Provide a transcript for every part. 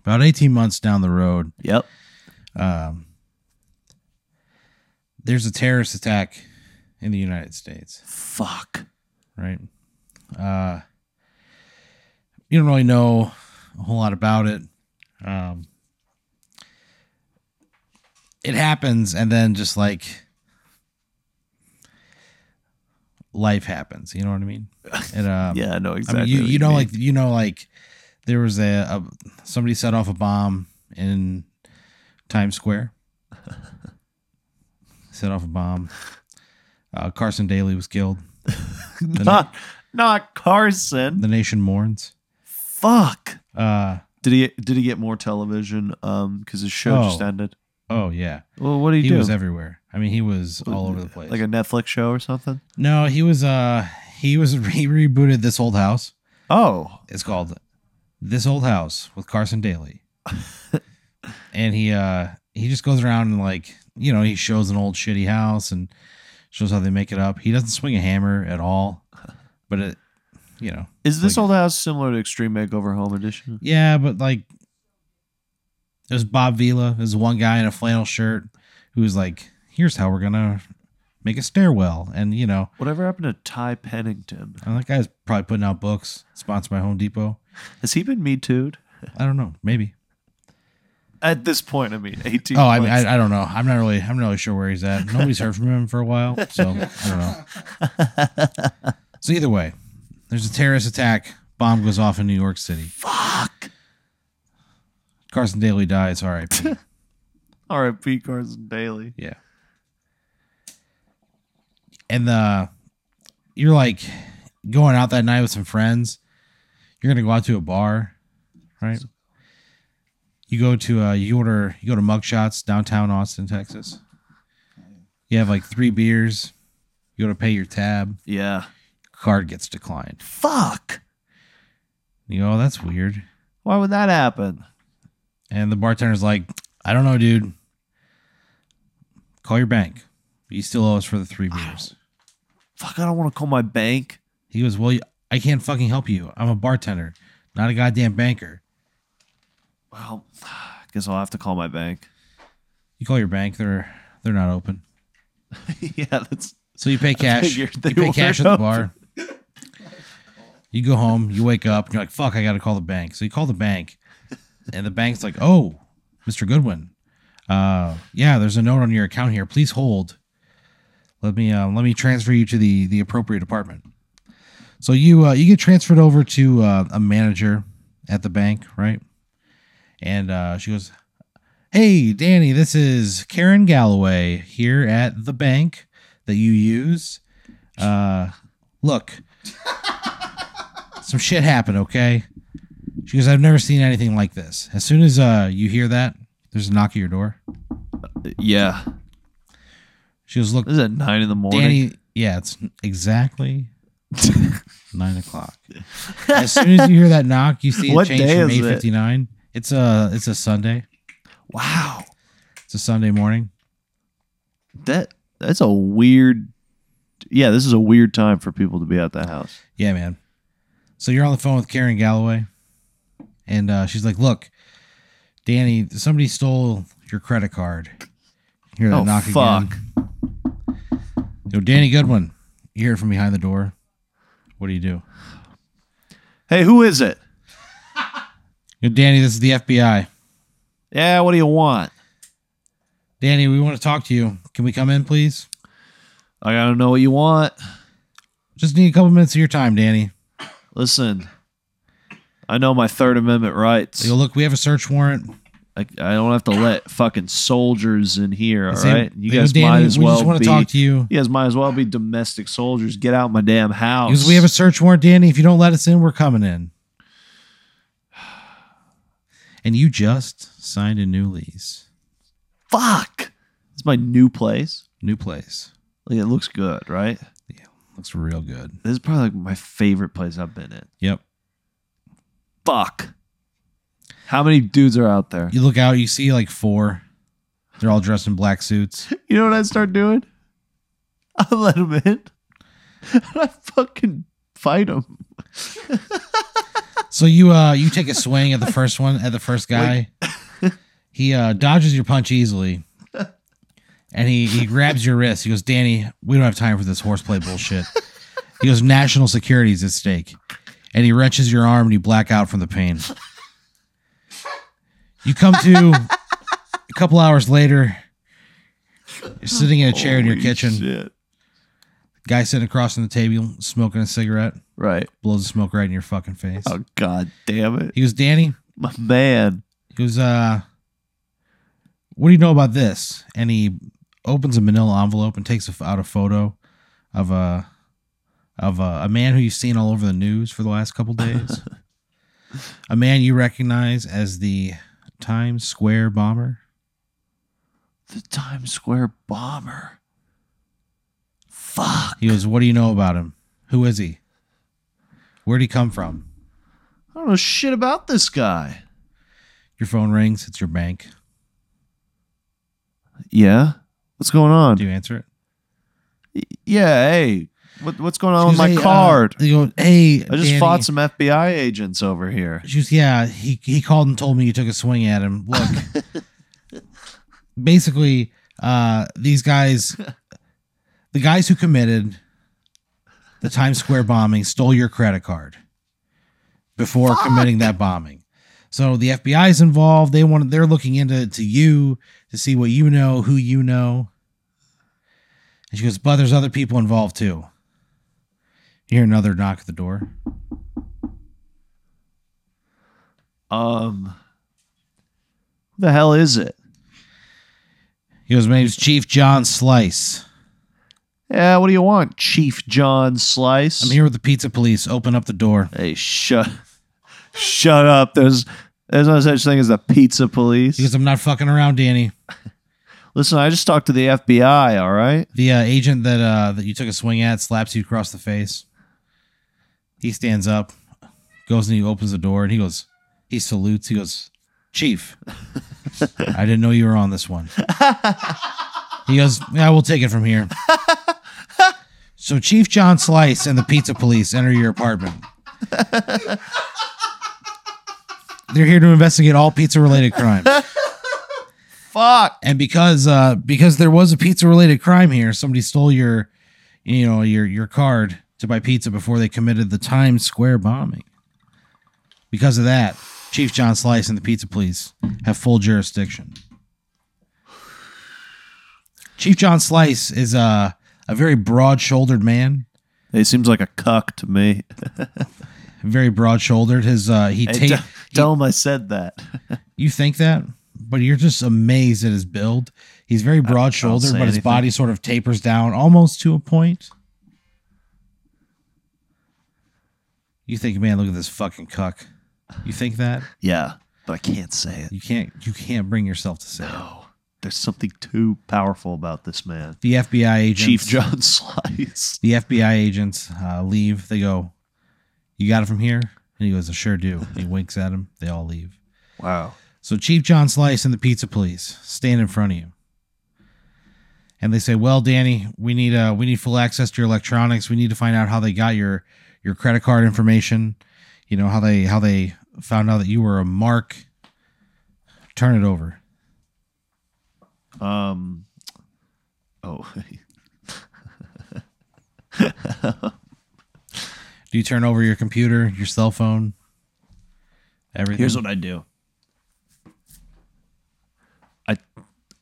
about 18 months down the road, Yep. um, there's a terrorist attack in the United States, Fuck. right? Uh, you don't really know a whole lot about it. Um, it happens, and then just like life happens. You know what I mean? And um, Yeah, I know exactly. I mean, you, what you know, mean. like you know, like there was a, a somebody set off a bomb in Times Square. set off a bomb. Uh, Carson Daly was killed. the, na- not, not Carson. the nation mourns. Fuck. Uh, Did he did he get more television? Um, because his show just Oh. ended. oh yeah, Well, what did he, he, do? was everywhere. I mean, he was all over the place. Like a Netflix show or something. no, he was. Uh, he was he rebooted this old house. Oh, It's called This Old House with Carson Daly. and he uh he just goes around and like, you know, he shows an old shitty house and shows how they make it up. He doesn't swing a hammer at all. But it you know. is this Like- old house similar to Extreme Makeover Home Edition? Yeah, but like there's Bob Vila, there's one guy in a flannel shirt who's like, here's how we're gonna make a stairwell. And you know, Whatever happened to Ty Pennington? and that guy's probably putting out books sponsored by Home Depot. Has he been Me Too'd? I don't know, maybe. At this point, I mean, eighteen. Oh, I mean, months. I, I don't know. I'm not really, I'm not really sure where he's at. Nobody's heard from him for a while, so I don't know. So either way, there's a terrorist attack. Bomb goes off in New York City. fuck. Carson Daly dies. R.I.P. R.I.P. Carson Daly. Yeah. And the you're like going out that night with some friends. You're gonna go out to a bar, right? You go to uh you order you go to mugshots downtown Austin, Texas. You have like three beers, you go to pay your tab, Yeah. card gets declined. Fuck. You go, oh, that's weird. Why would that happen? And the bartender's like, I don't know, dude. Call your bank. You still owe us for the three beers. Fuck. I don't want to call my bank. He goes, Well, I can't fucking help you. I'm a bartender, not a goddamn banker. Well, I guess I'll have to call my bank. You call your bank, they're they're not open. yeah, that's So you pay cash. You figured they pay cash at the weren't bar. You go home, you wake up, and you're like, fuck, I gotta call the bank. So you call the bank, and the bank's like, Oh, Mr. Goodwin. Uh yeah, there's a note on your account here. Please hold. Let me uh, let me transfer you to the the appropriate department. So you uh, you get transferred over to uh, a manager at the bank, right? And uh, she goes, "Hey, Danny, this is Karen Galloway here at the bank that you use. Uh, look, some shit happened. Okay." She goes, "I've never seen anything like this. As soon as uh, you hear that, there's a knock at your door." Yeah, She goes, "Look, this is at nine in the morning. Danny, yeah, it's exactly nine o'clock. As soon as you hear that knock, you see it What change day from is eight it? fifty nine. It's a it's a Sunday. wow, It's a Sunday morning. that that's a weird. Yeah, this is a weird time for people to be at that house. Yeah, man. So you're on the phone with Karen Galloway, and uh, she's like, "Look, Danny, somebody stole your credit card. You Hear that Oh, knock fuck. again? Yo, Danny Goodwin, you hear it from behind the door. What do you do? Hey, who is it? Yo, Danny, this is the FBI. Yeah, what do you want? Danny, we want to talk to you. Can we come in, please? I gotta know what you want. Just need a couple minutes of your time, Danny. Listen, I know my Third Amendment rights. They go, look, we have a search warrant. I, I don't have to let fucking soldiers in here. All They right, say- you they go, guys might as we well just want be. to talk to you. You guys might as well be domestic soldiers. Get out my damn house. Because we have a search warrant, Danny. If you don't let us in, we're coming in. And you just signed a new lease, fuck. It's my new place. new place. Like it looks good, right? Looks real good. This is probably like my favorite place I've been in. Yep. Fuck. How many dudes are out there? You look out, you see like four. They're all dressed in black suits. You know what I start doing? I let them in. I fucking fight them. So you uh you take a swing at the first one at the first guy. he uh dodges your punch easily. And he, he grabs your wrist. He goes, Danny, we don't have time for this horseplay bullshit. He goes, national security is at stake. And he wrenches your arm and you black out from the pain. You come to a couple hours later. You're sitting in a chair in your Holy kitchen. shit. Guy sitting across from the table, smoking a cigarette, Right. blows the smoke right in your fucking face. Oh god damn it. He goes, Danny, My man. He goes, uh, what do you know about this? And he opens a manila envelope and takes a f out a photo of a of a, a man who you've seen all over the news for the last couple days. a man you recognize as the Times Square bomber. The Times Square bomber. Fuck. He goes, what do you know about him? Who is he? Where'd he come from? I don't know shit about this guy. Your phone rings. It's your bank. Yeah. What's going on? Do you answer it? Yeah, hey. What, what's going on She goes, with my "Hey, uh," card? he goes, hey, I just Danny." fought some FBI agents over here. She was, yeah, he, he called and told me you took a swing at him. Look, basically, uh, these guys, the guys who committed the Times Square bombing, stole your credit card before committing that bombing. So the FBI is involved. They want they're looking into to you to see what you know, who you know. And she goes, but there's other people involved too. You hear another knock at the door. Um, who the hell is it? He goes, my name's Chief John Slice. Yeah, what do you want, Chief John Slice? I'm here with the pizza police. Open up the door. Hey, shut, shut up. There's, there's no such thing as the pizza police. He goes, I'm not fucking around, Danny. Listen, I just talked to the FBI. All right. The uh, agent that uh, that you took a swing at slaps you across the face. He stands up, goes and he opens the door, and he goes, he salutes. He goes, Chief, I didn't know you were on this one. He goes, yeah, we'll take it from here. So Chief John Slice and the pizza police enter your apartment. They're here to investigate all pizza-related crimes. Fuck. and because uh because there was a pizza related crime here somebody stole your you know your your card to buy pizza before they committed the times square bombing because of that chief john slice and the pizza police have full jurisdiction chief john slice is uh, a very broad shouldered man He seems like a cuck to me. very broad shouldered his uh he Hey, ta- t- tell him I said that. You think that, but you're just amazed at his build. He's very broad shouldered, say but his anything. body sort of tapers down almost to a point. You think, man, look at this fucking cuck. You think that? yeah, but I can't say it. You can't you can't bring yourself to say it. No, there's something too powerful about this man, The FBI agents Chief John Slice. the FBI agents uh, leave. They go, You got it from here? And he goes, I sure do. And he winks at him. They all leave. Wow. So Chief John Slice and the pizza police stand in front of you. And they say, "Well, Danny, we need uh we need full access to your electronics. We need to find out how they got your your credit card information. You know, how they how they found out that you were a mark. Turn it over." Um. Oh, Do you turn over your computer, your cell phone, everything? here's what I do. I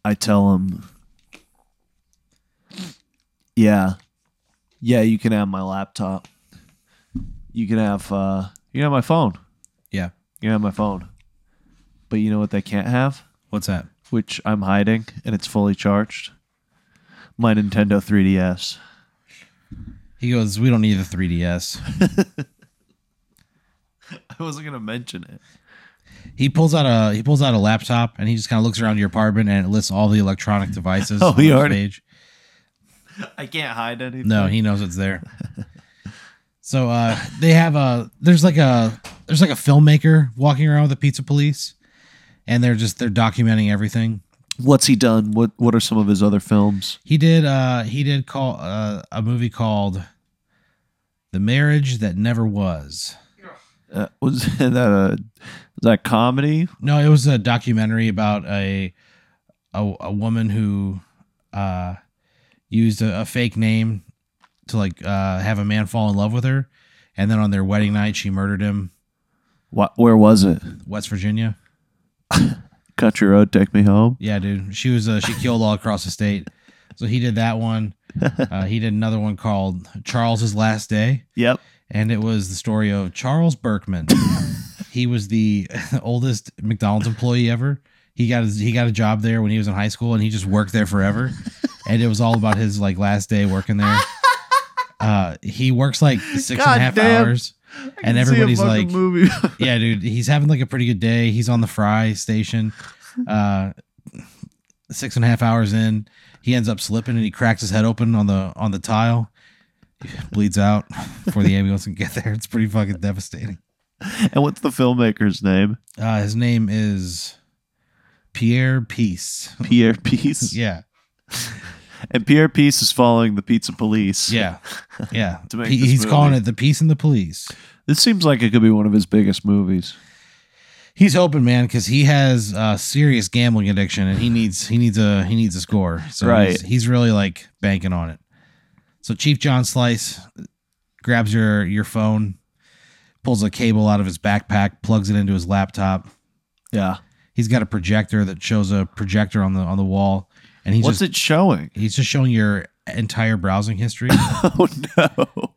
I tell him. Yeah, yeah. You can have my laptop. You can have uh, you can have my phone. yeah. You can have my phone. But you know what they can't have, What's that? which I'm hiding, and it's fully charged. My Nintendo 3DS. He goes, "We don't need the 3DS." I wasn't gonna mention it. He pulls out a he pulls out a laptop and he just kind of looks around your apartment and it lists all the electronic devices. Oh, on he the already- page. I can't hide anything. No, he knows it's there. so uh, they have a there's like a there's like a filmmaker walking around with the pizza police, and they're just they're documenting everything. What's he done? What What are some of his other films? He did uh, he did call uh, a movie called The Marriage That Never Was. uh, was that a was that comedy? No, it was a documentary about a a, a woman who uh, used a, a fake name to like uh, have a man fall in love with her, and then on their wedding night she murdered him. What? Where was it? West Virginia. Country Road, take me home. Yeah, dude. She was uh, she killed all across the state. So he did that one. Uh, he did another one called Charles's Last Day, Yep. and it was the story of Charles Berkman. he was the oldest McDonald's employee ever. He got his, he got a job there when he was in high school, and he just worked there forever. and it was all about his like last day working there. Uh, he works like six and God a half damn. hours. And everybody's like- movie. yeah, dude, he's having like a pretty good day. He's on the fry station. Uh, six and a half hours in, he ends up slipping and he cracks his head open on the on the tile. Bleeds out before the ambulance can get there. It's pretty fucking devastating. and what's the filmmaker's name? Uh, his name is Pierre Peace. Pierre Peace. Yeah, And Pierre Peace is following the pizza police. yeah, yeah. To make He- this he's calling movie. it the Peace and the Police. This seems like it could be one of his biggest movies. He's hoping, man, because he has uh, serious gambling addiction, and he needs he needs a he needs a score. So Right. he's, he's really like banking on it. So Chief John Slice grabs your your phone, pulls a cable out of his backpack, plugs it into his laptop. Yeah. He's got a projector that shows a projector on the on the wall, and he's What's just it showing? he's just showing your entire browsing history. Oh no.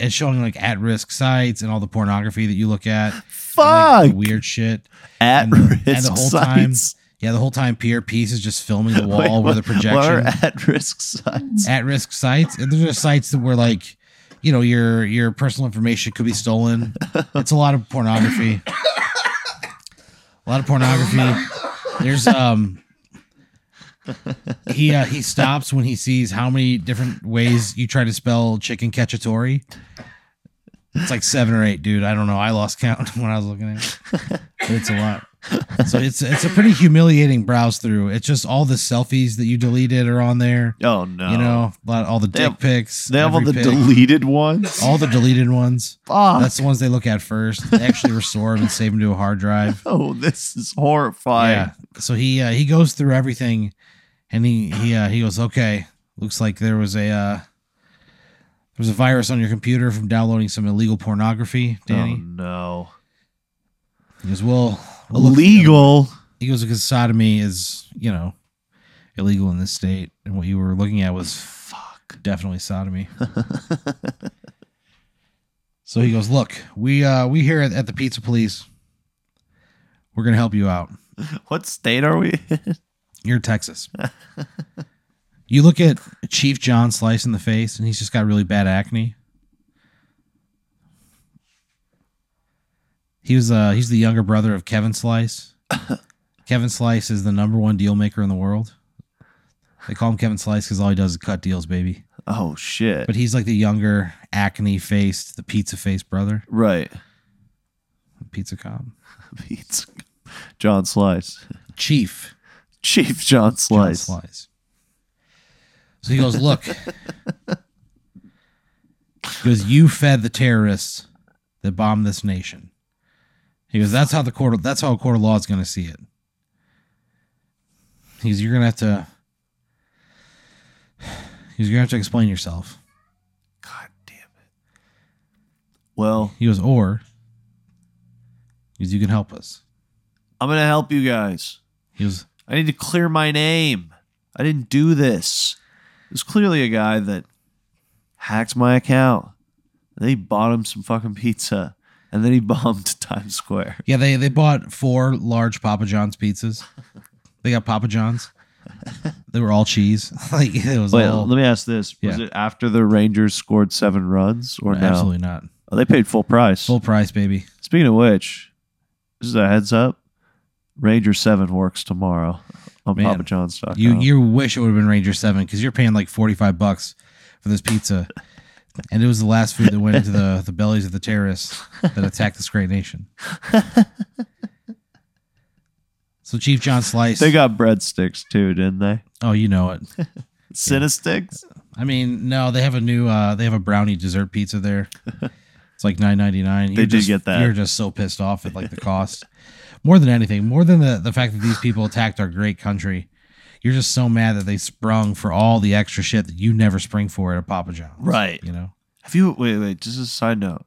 it's showing like at risk sites and all the pornography that you look at, Fuck. like, weird shit. at and the- risk and the whole time sites. Yeah, the whole time Pierre Peace is just filming the wall with a What projection. are at risk sites? At risk sites. And there's just sites that were like, you know, your your personal information could be stolen. It's a lot of pornography. a lot of pornography. There's um he uh, he stops when he sees how many different ways you try to spell chicken cacciatore. It's like seven or eight, dude. I don't know. I lost count when I was looking at it. But it's a lot. So it's it's a pretty humiliating browse through. It's just all the selfies that you deleted are on there. oh no. You know, a lot, all the have- dick pics. they have all every the pic, deleted ones. all the deleted ones. Fuck. That's the ones they look at first. They actually restore them and save them to a hard drive. Oh, this is horrifying. Yeah. So he uh, he goes through everything, and he he uh, he goes, okay, looks like there was a uh, there was a virus on your computer from downloading some illegal pornography, Oh Danny. no. He goes, well, we'll look- Legal. He goes because sodomy is you know illegal in this state, and what you were looking at was Fuck. definitely sodomy. so he goes, "Look, we uh we here at, at the Pizza Police, we're gonna help you out. What state are we in? You're Texas. you look at Chief John Slice in the face, and he's just got really bad acne. He was uh he's the younger brother of Kevin Slice. Kevin Slice is the number one deal maker in the world. They call him Kevin Slice because all he does is cut deals, baby. Oh shit. But he's like the younger, acne faced, the pizza faced brother, right. pizza cop. Beats. John Slice. Chief Chief John John Slice. Slice. So he goes, Look. he goes, You fed the terrorists that bombed this nation. He goes, That's how the court of- that's how a court of law is gonna see it. He goes, You're gonna have to He goes, You're gonna have to explain yourself. God damn it. Well, He goes, or he goes, you can help us. I'm gonna help you guys. He goes, I need to clear my name. I didn't do this. It was clearly a guy that hacked my account. They bought him some fucking pizza, and then he bombed Times Square. Yeah, they they bought four large Papa John's pizzas. They got Papa John's. They were all cheese. like it was Wait, all let me ask this: Was Yeah. it after the Rangers scored seven runs, or no? absolutely not Oh, they paid full price. full price, baby. Speaking of which, this is a heads up: Ranger Seven works tomorrow on Man, PapaJohns.com. You you wish it would have been Ranger Seven because you're paying like forty five bucks for this pizza, and it was the last food that went into the the bellies of the terrorists that attacked this great nation. So Chief John Slice, they got breadsticks too, didn't they? oh you know it. Cinesticks. I mean, no, they have a new uh they have a brownie dessert pizza there. It's like nine ninety nine. They did get that. You're just so pissed off at like the cost, more than anything, more than the the fact that these people attacked our great country. You're just so mad that they sprung for all the extra shit that you never spring for at a Papa John's. Right. You know. Have you wait wait? Just a side note.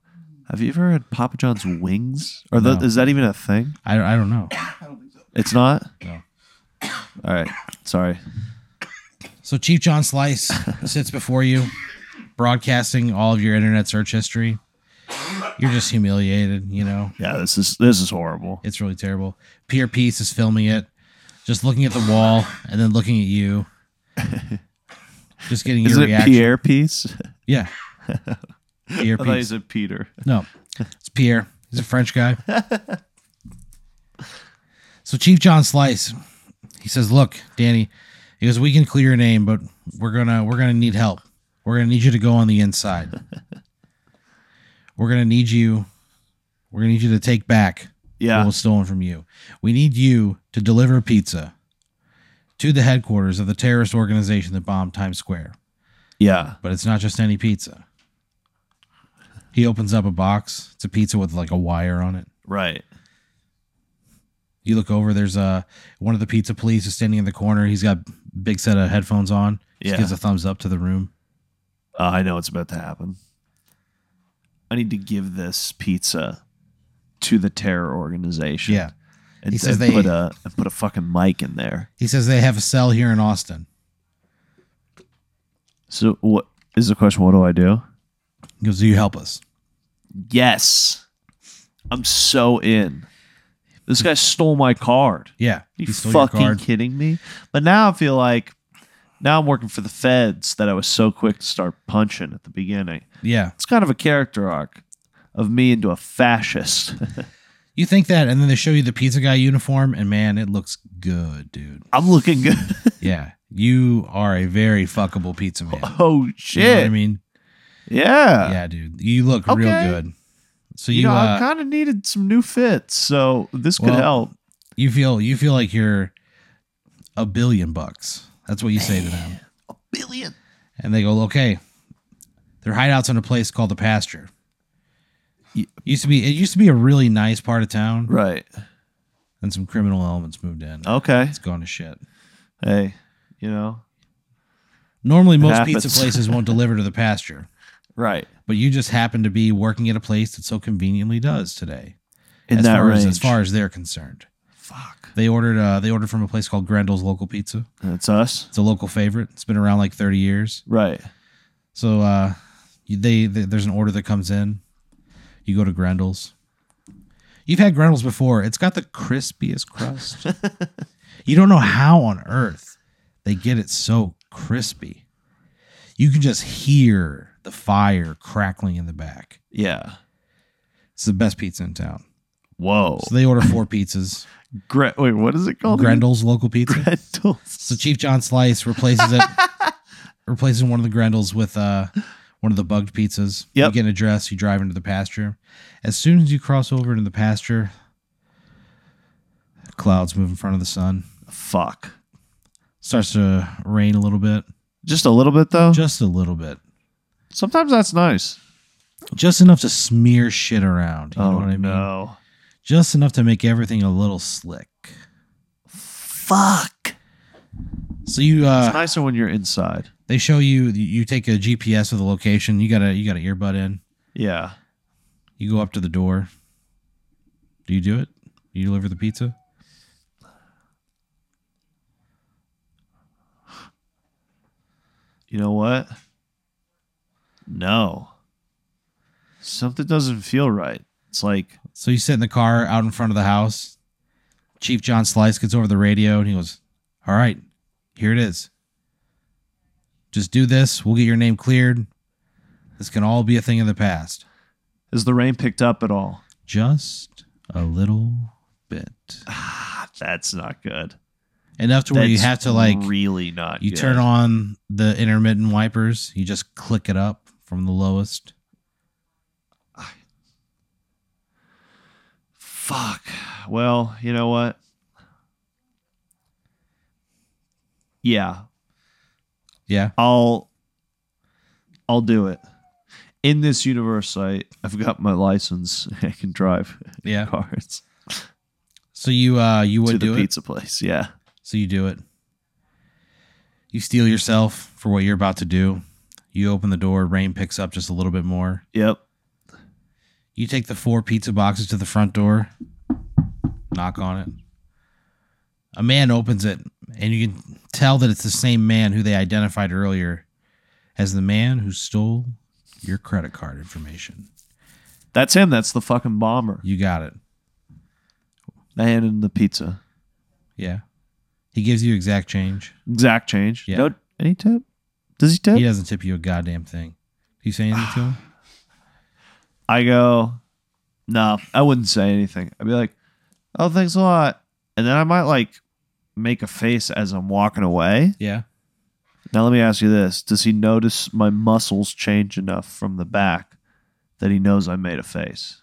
Have you ever had Papa John's wings? Or tho- No. is that even a thing? I I don't know. It's not. No. All right. Sorry. So Chief John Slice sits before you, broadcasting all of your internet search history. You're just humiliated. You know. Yeah. This is this is horrible. It's really terrible. Pierre Peace is filming it, just looking at the wall and then looking at you. just getting your Isn't it reaction. Pierre piece? Yeah. Pierre I thought you Peace. said Peter. No, it's Pierre. He's a French guy. so Chief John Slice, he says, "Look, Danny, he goes, we can clear your name, but we're gonna we're gonna need help. We're gonna need you to go on the inside. we're gonna need you. We're gonna need you to take back Yeah. what was stolen from you. We need you to deliver pizza to the headquarters of the terrorist organization that bombed Times Square. Yeah. But it's not just any pizza. He opens up a box. It's a pizza with like a wire on it. Right. You look over. There's a one of the pizza police is standing in the corner. He's got big set of headphones on. Just Yeah. gives a thumbs up to the room. Uh, I know it's about to happen. I need to give this pizza to the terror organization. Yeah. And, He says and they- put a and put a fucking mic in there. He says they have a cell here in Austin. So what is the question? What do I do? He goes, "Do you help us?" Yes, I'm so in. This guy stole my card. Yeah. Are you He stole your fucking card. kidding me? But now I feel like now I'm working for the feds that I was so quick to start punching at the beginning. Yeah. It's kind of a character arc of me into a fascist. You think that, and then they show you the pizza guy uniform, and man, it looks good, dude. I'm looking good. Yeah, you are a very fuckable pizza man. oh You know shit! what I mean, Yeah, yeah, dude, you look real Okay. good. So You, you, know, I uh, kind of needed some new fits, so this could Well, help. you feel you feel like you're a billion bucks. That's what you say to them, A billion. and they go, "Okay." Their hideouts in a place called the pasture. Ye- Used to be it used to be a really nice part of town, Right. Oh. and some criminal elements moved in. Okay. It's gone to shit. Hey, you know. Normally, most happens. pizza places won't deliver to the pasture. Right. but you just happen to be working at a place that so conveniently does today. In as that far range. as as far as they're concerned, Fuck. they ordered uh, they ordered from a place called Grendel's Local Pizza. That's us. It's a local favorite. It's been around like thirty years. Right. So uh, you- they, they there's an order that comes in. You go to Grendel's. You've had Grendel's before. It's got the crispiest crust. you don't know how on earth they get it so crispy. You can just hear the fire crackling in the back. Yeah. It's the best pizza in town. Whoa. So they order four pizzas. Gre- wait, what is it called? Grendel's local pizza. Grendel's. So Chief John Slice replaces it, replaces one of the Grendels with uh, one of the bugged pizzas. You Yep. get an address, you drive into the pasture. As soon as you cross over into the pasture, clouds move in front of the sun. Fuck. Starts to rain a little bit, Just a little bit though. just a little bit, Sometimes that's nice. just enough to smear shit around. You oh know what I mean? no. Just enough to make everything a little slick. Fuck. So you uh, it's nicer when you're inside. they show you you take a GPS of the location. You got a you got an earbud in. Yeah. You go up to the door. Do you do it? Do you deliver the pizza? You know what? No. Something doesn't feel right. It's like So you sit in the car out in front of the house. Chief John Slice gets over the radio and he goes, "All right, here it is. Just do this. We'll get your name cleared. This can all be a thing of the past. has the rain picked up at all? Just a little bit, Ah, that's not good. enough to where you That's have to like really not. You good. turn on the intermittent wipers. You just click it up from the lowest. Fuck. Well, you know what? Yeah, Yeah. I'll I'll do it. in this universe, I I've got my license. I can drive Yeah. cars So you uh you to would the do it. pizza place. Yeah, So you do it. You steal yourself for what you're about to do. You open the door, rain picks up just a little bit more. yep. You take the four pizza boxes to the front door, knock on it. A man opens it, and you can tell that it's the same man who they identified earlier as the man who stole your credit card information. That's him. That's the fucking bomber. You got it. I handed him the pizza. Yeah. He gives you exact change. Exact change. Yeah. No, any tip? Does he tip? He doesn't tip you a goddamn thing. Do you say anything to him? I go, no, I wouldn't say anything. I'd be like, oh, thanks a lot. And then I might like make a face as I'm walking away. Yeah. Now, let me ask you this Does he notice my muscles change enough from the back that he knows I made a face?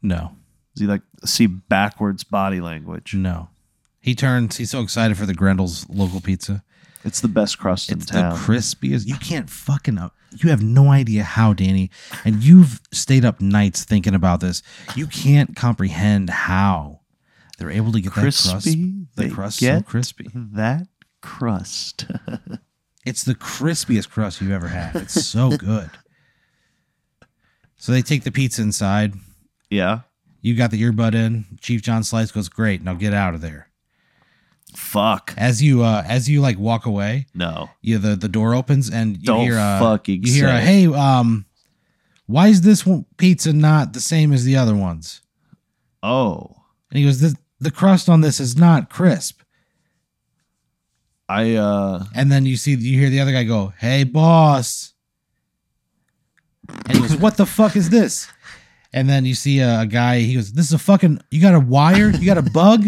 No. Does he like see backwards body language? No. He turns. He's so excited for the Grendel's local pizza. It's the best crust in It's the town. crispiest. You can't fucking up. You have no idea how, Danny. And you've stayed up nights thinking about this. You can't comprehend how they're able to get that crust. crispy. The they crust so get crispy. That crust. It's the crispiest crust you've ever had. It's so good. So they take the pizza inside. yeah. You got the earbud in. Chief John Slice goes, "Great, now get out of there." Fuck. As you uh, as you like walk away, No. yeah, the, the door opens and you Don't hear a fucking you hear a say it. hey um, why is this one pizza not the same as the other ones? Oh. And he goes, the the crust on this is not crisp. I, uh, And then you see you hear the other guy go, hey boss, and he goes, what the fuck is this? And then you see a, a guy. He goes, this is a fucking. You got a wire? You got a bug?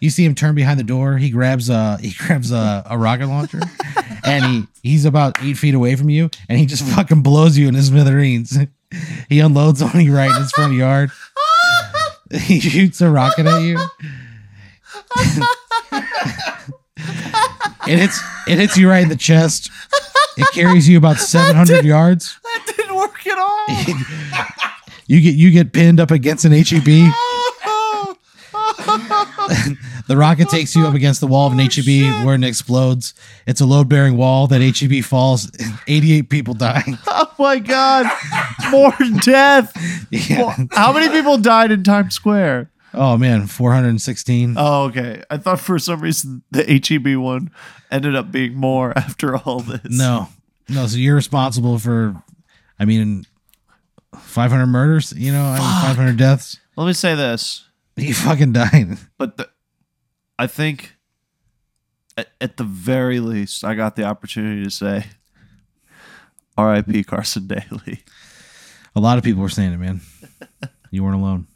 You see him turn behind the door. He grabs a he grabs a, a rocket launcher, and he he's about eight feet away from you, and he just fucking blows you in his smithereens. He unloads on you right in his front yard. He shoots a rocket at you, it hits it hits you right in the chest. It carries you about seven hundred yards. That didn't work at all. You get you get pinned up against an E HEB. The rocket takes you up against the wall of an HEB where it explodes. It's a load bearing wall. That HEB falls. 88 people die. oh my god. More death. Yeah. Well, How many people died in Times Square? Oh, man. 416. Oh, okay. I thought for some reason the HEB one ended up being more after all this. No. No. So you're responsible for, I mean, 500 murders, you know, I mean, 500 deaths. Let me say this, You fucking died. but the, I think at, at the very least, I got the opportunity to say RIP Carson Daly. A lot of people were saying it, man. You weren't alone.